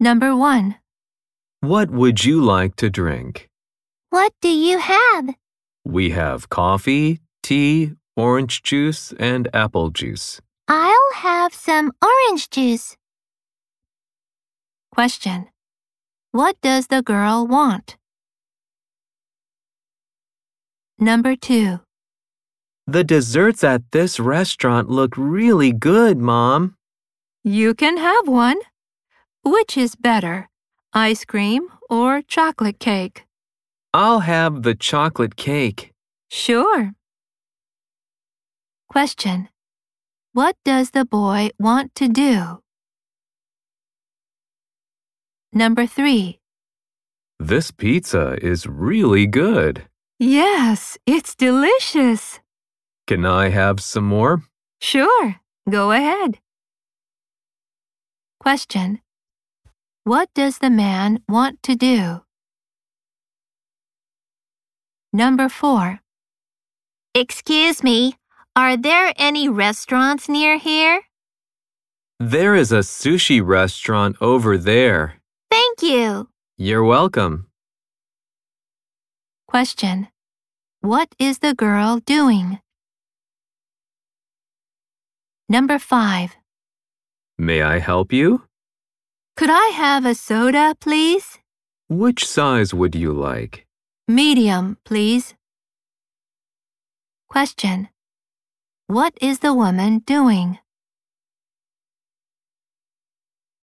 Number one, What would you like to drink? what do you have? We have coffee, tea, orange juice, and apple juice. I'll have some orange juice. Question What does the girl want? Number two, The desserts at this restaurant look really good, Mom. you can have one. Which is better, ice cream or chocolate cake? I'll have the chocolate cake. Sure. Question What does the boy want to do? Number three. This pizza is really good. Yes, it's delicious. Can I have some more? Sure, go ahead. Question What does the man want to do? Number four. Excuse me, are there any restaurants near here? There is a sushi restaurant over there. Thank you. You're welcome. Question What is the girl doing? Number five. May I help you? Could I have a soda, please? Which size would you like? Medium, please. Question What is the woman doing?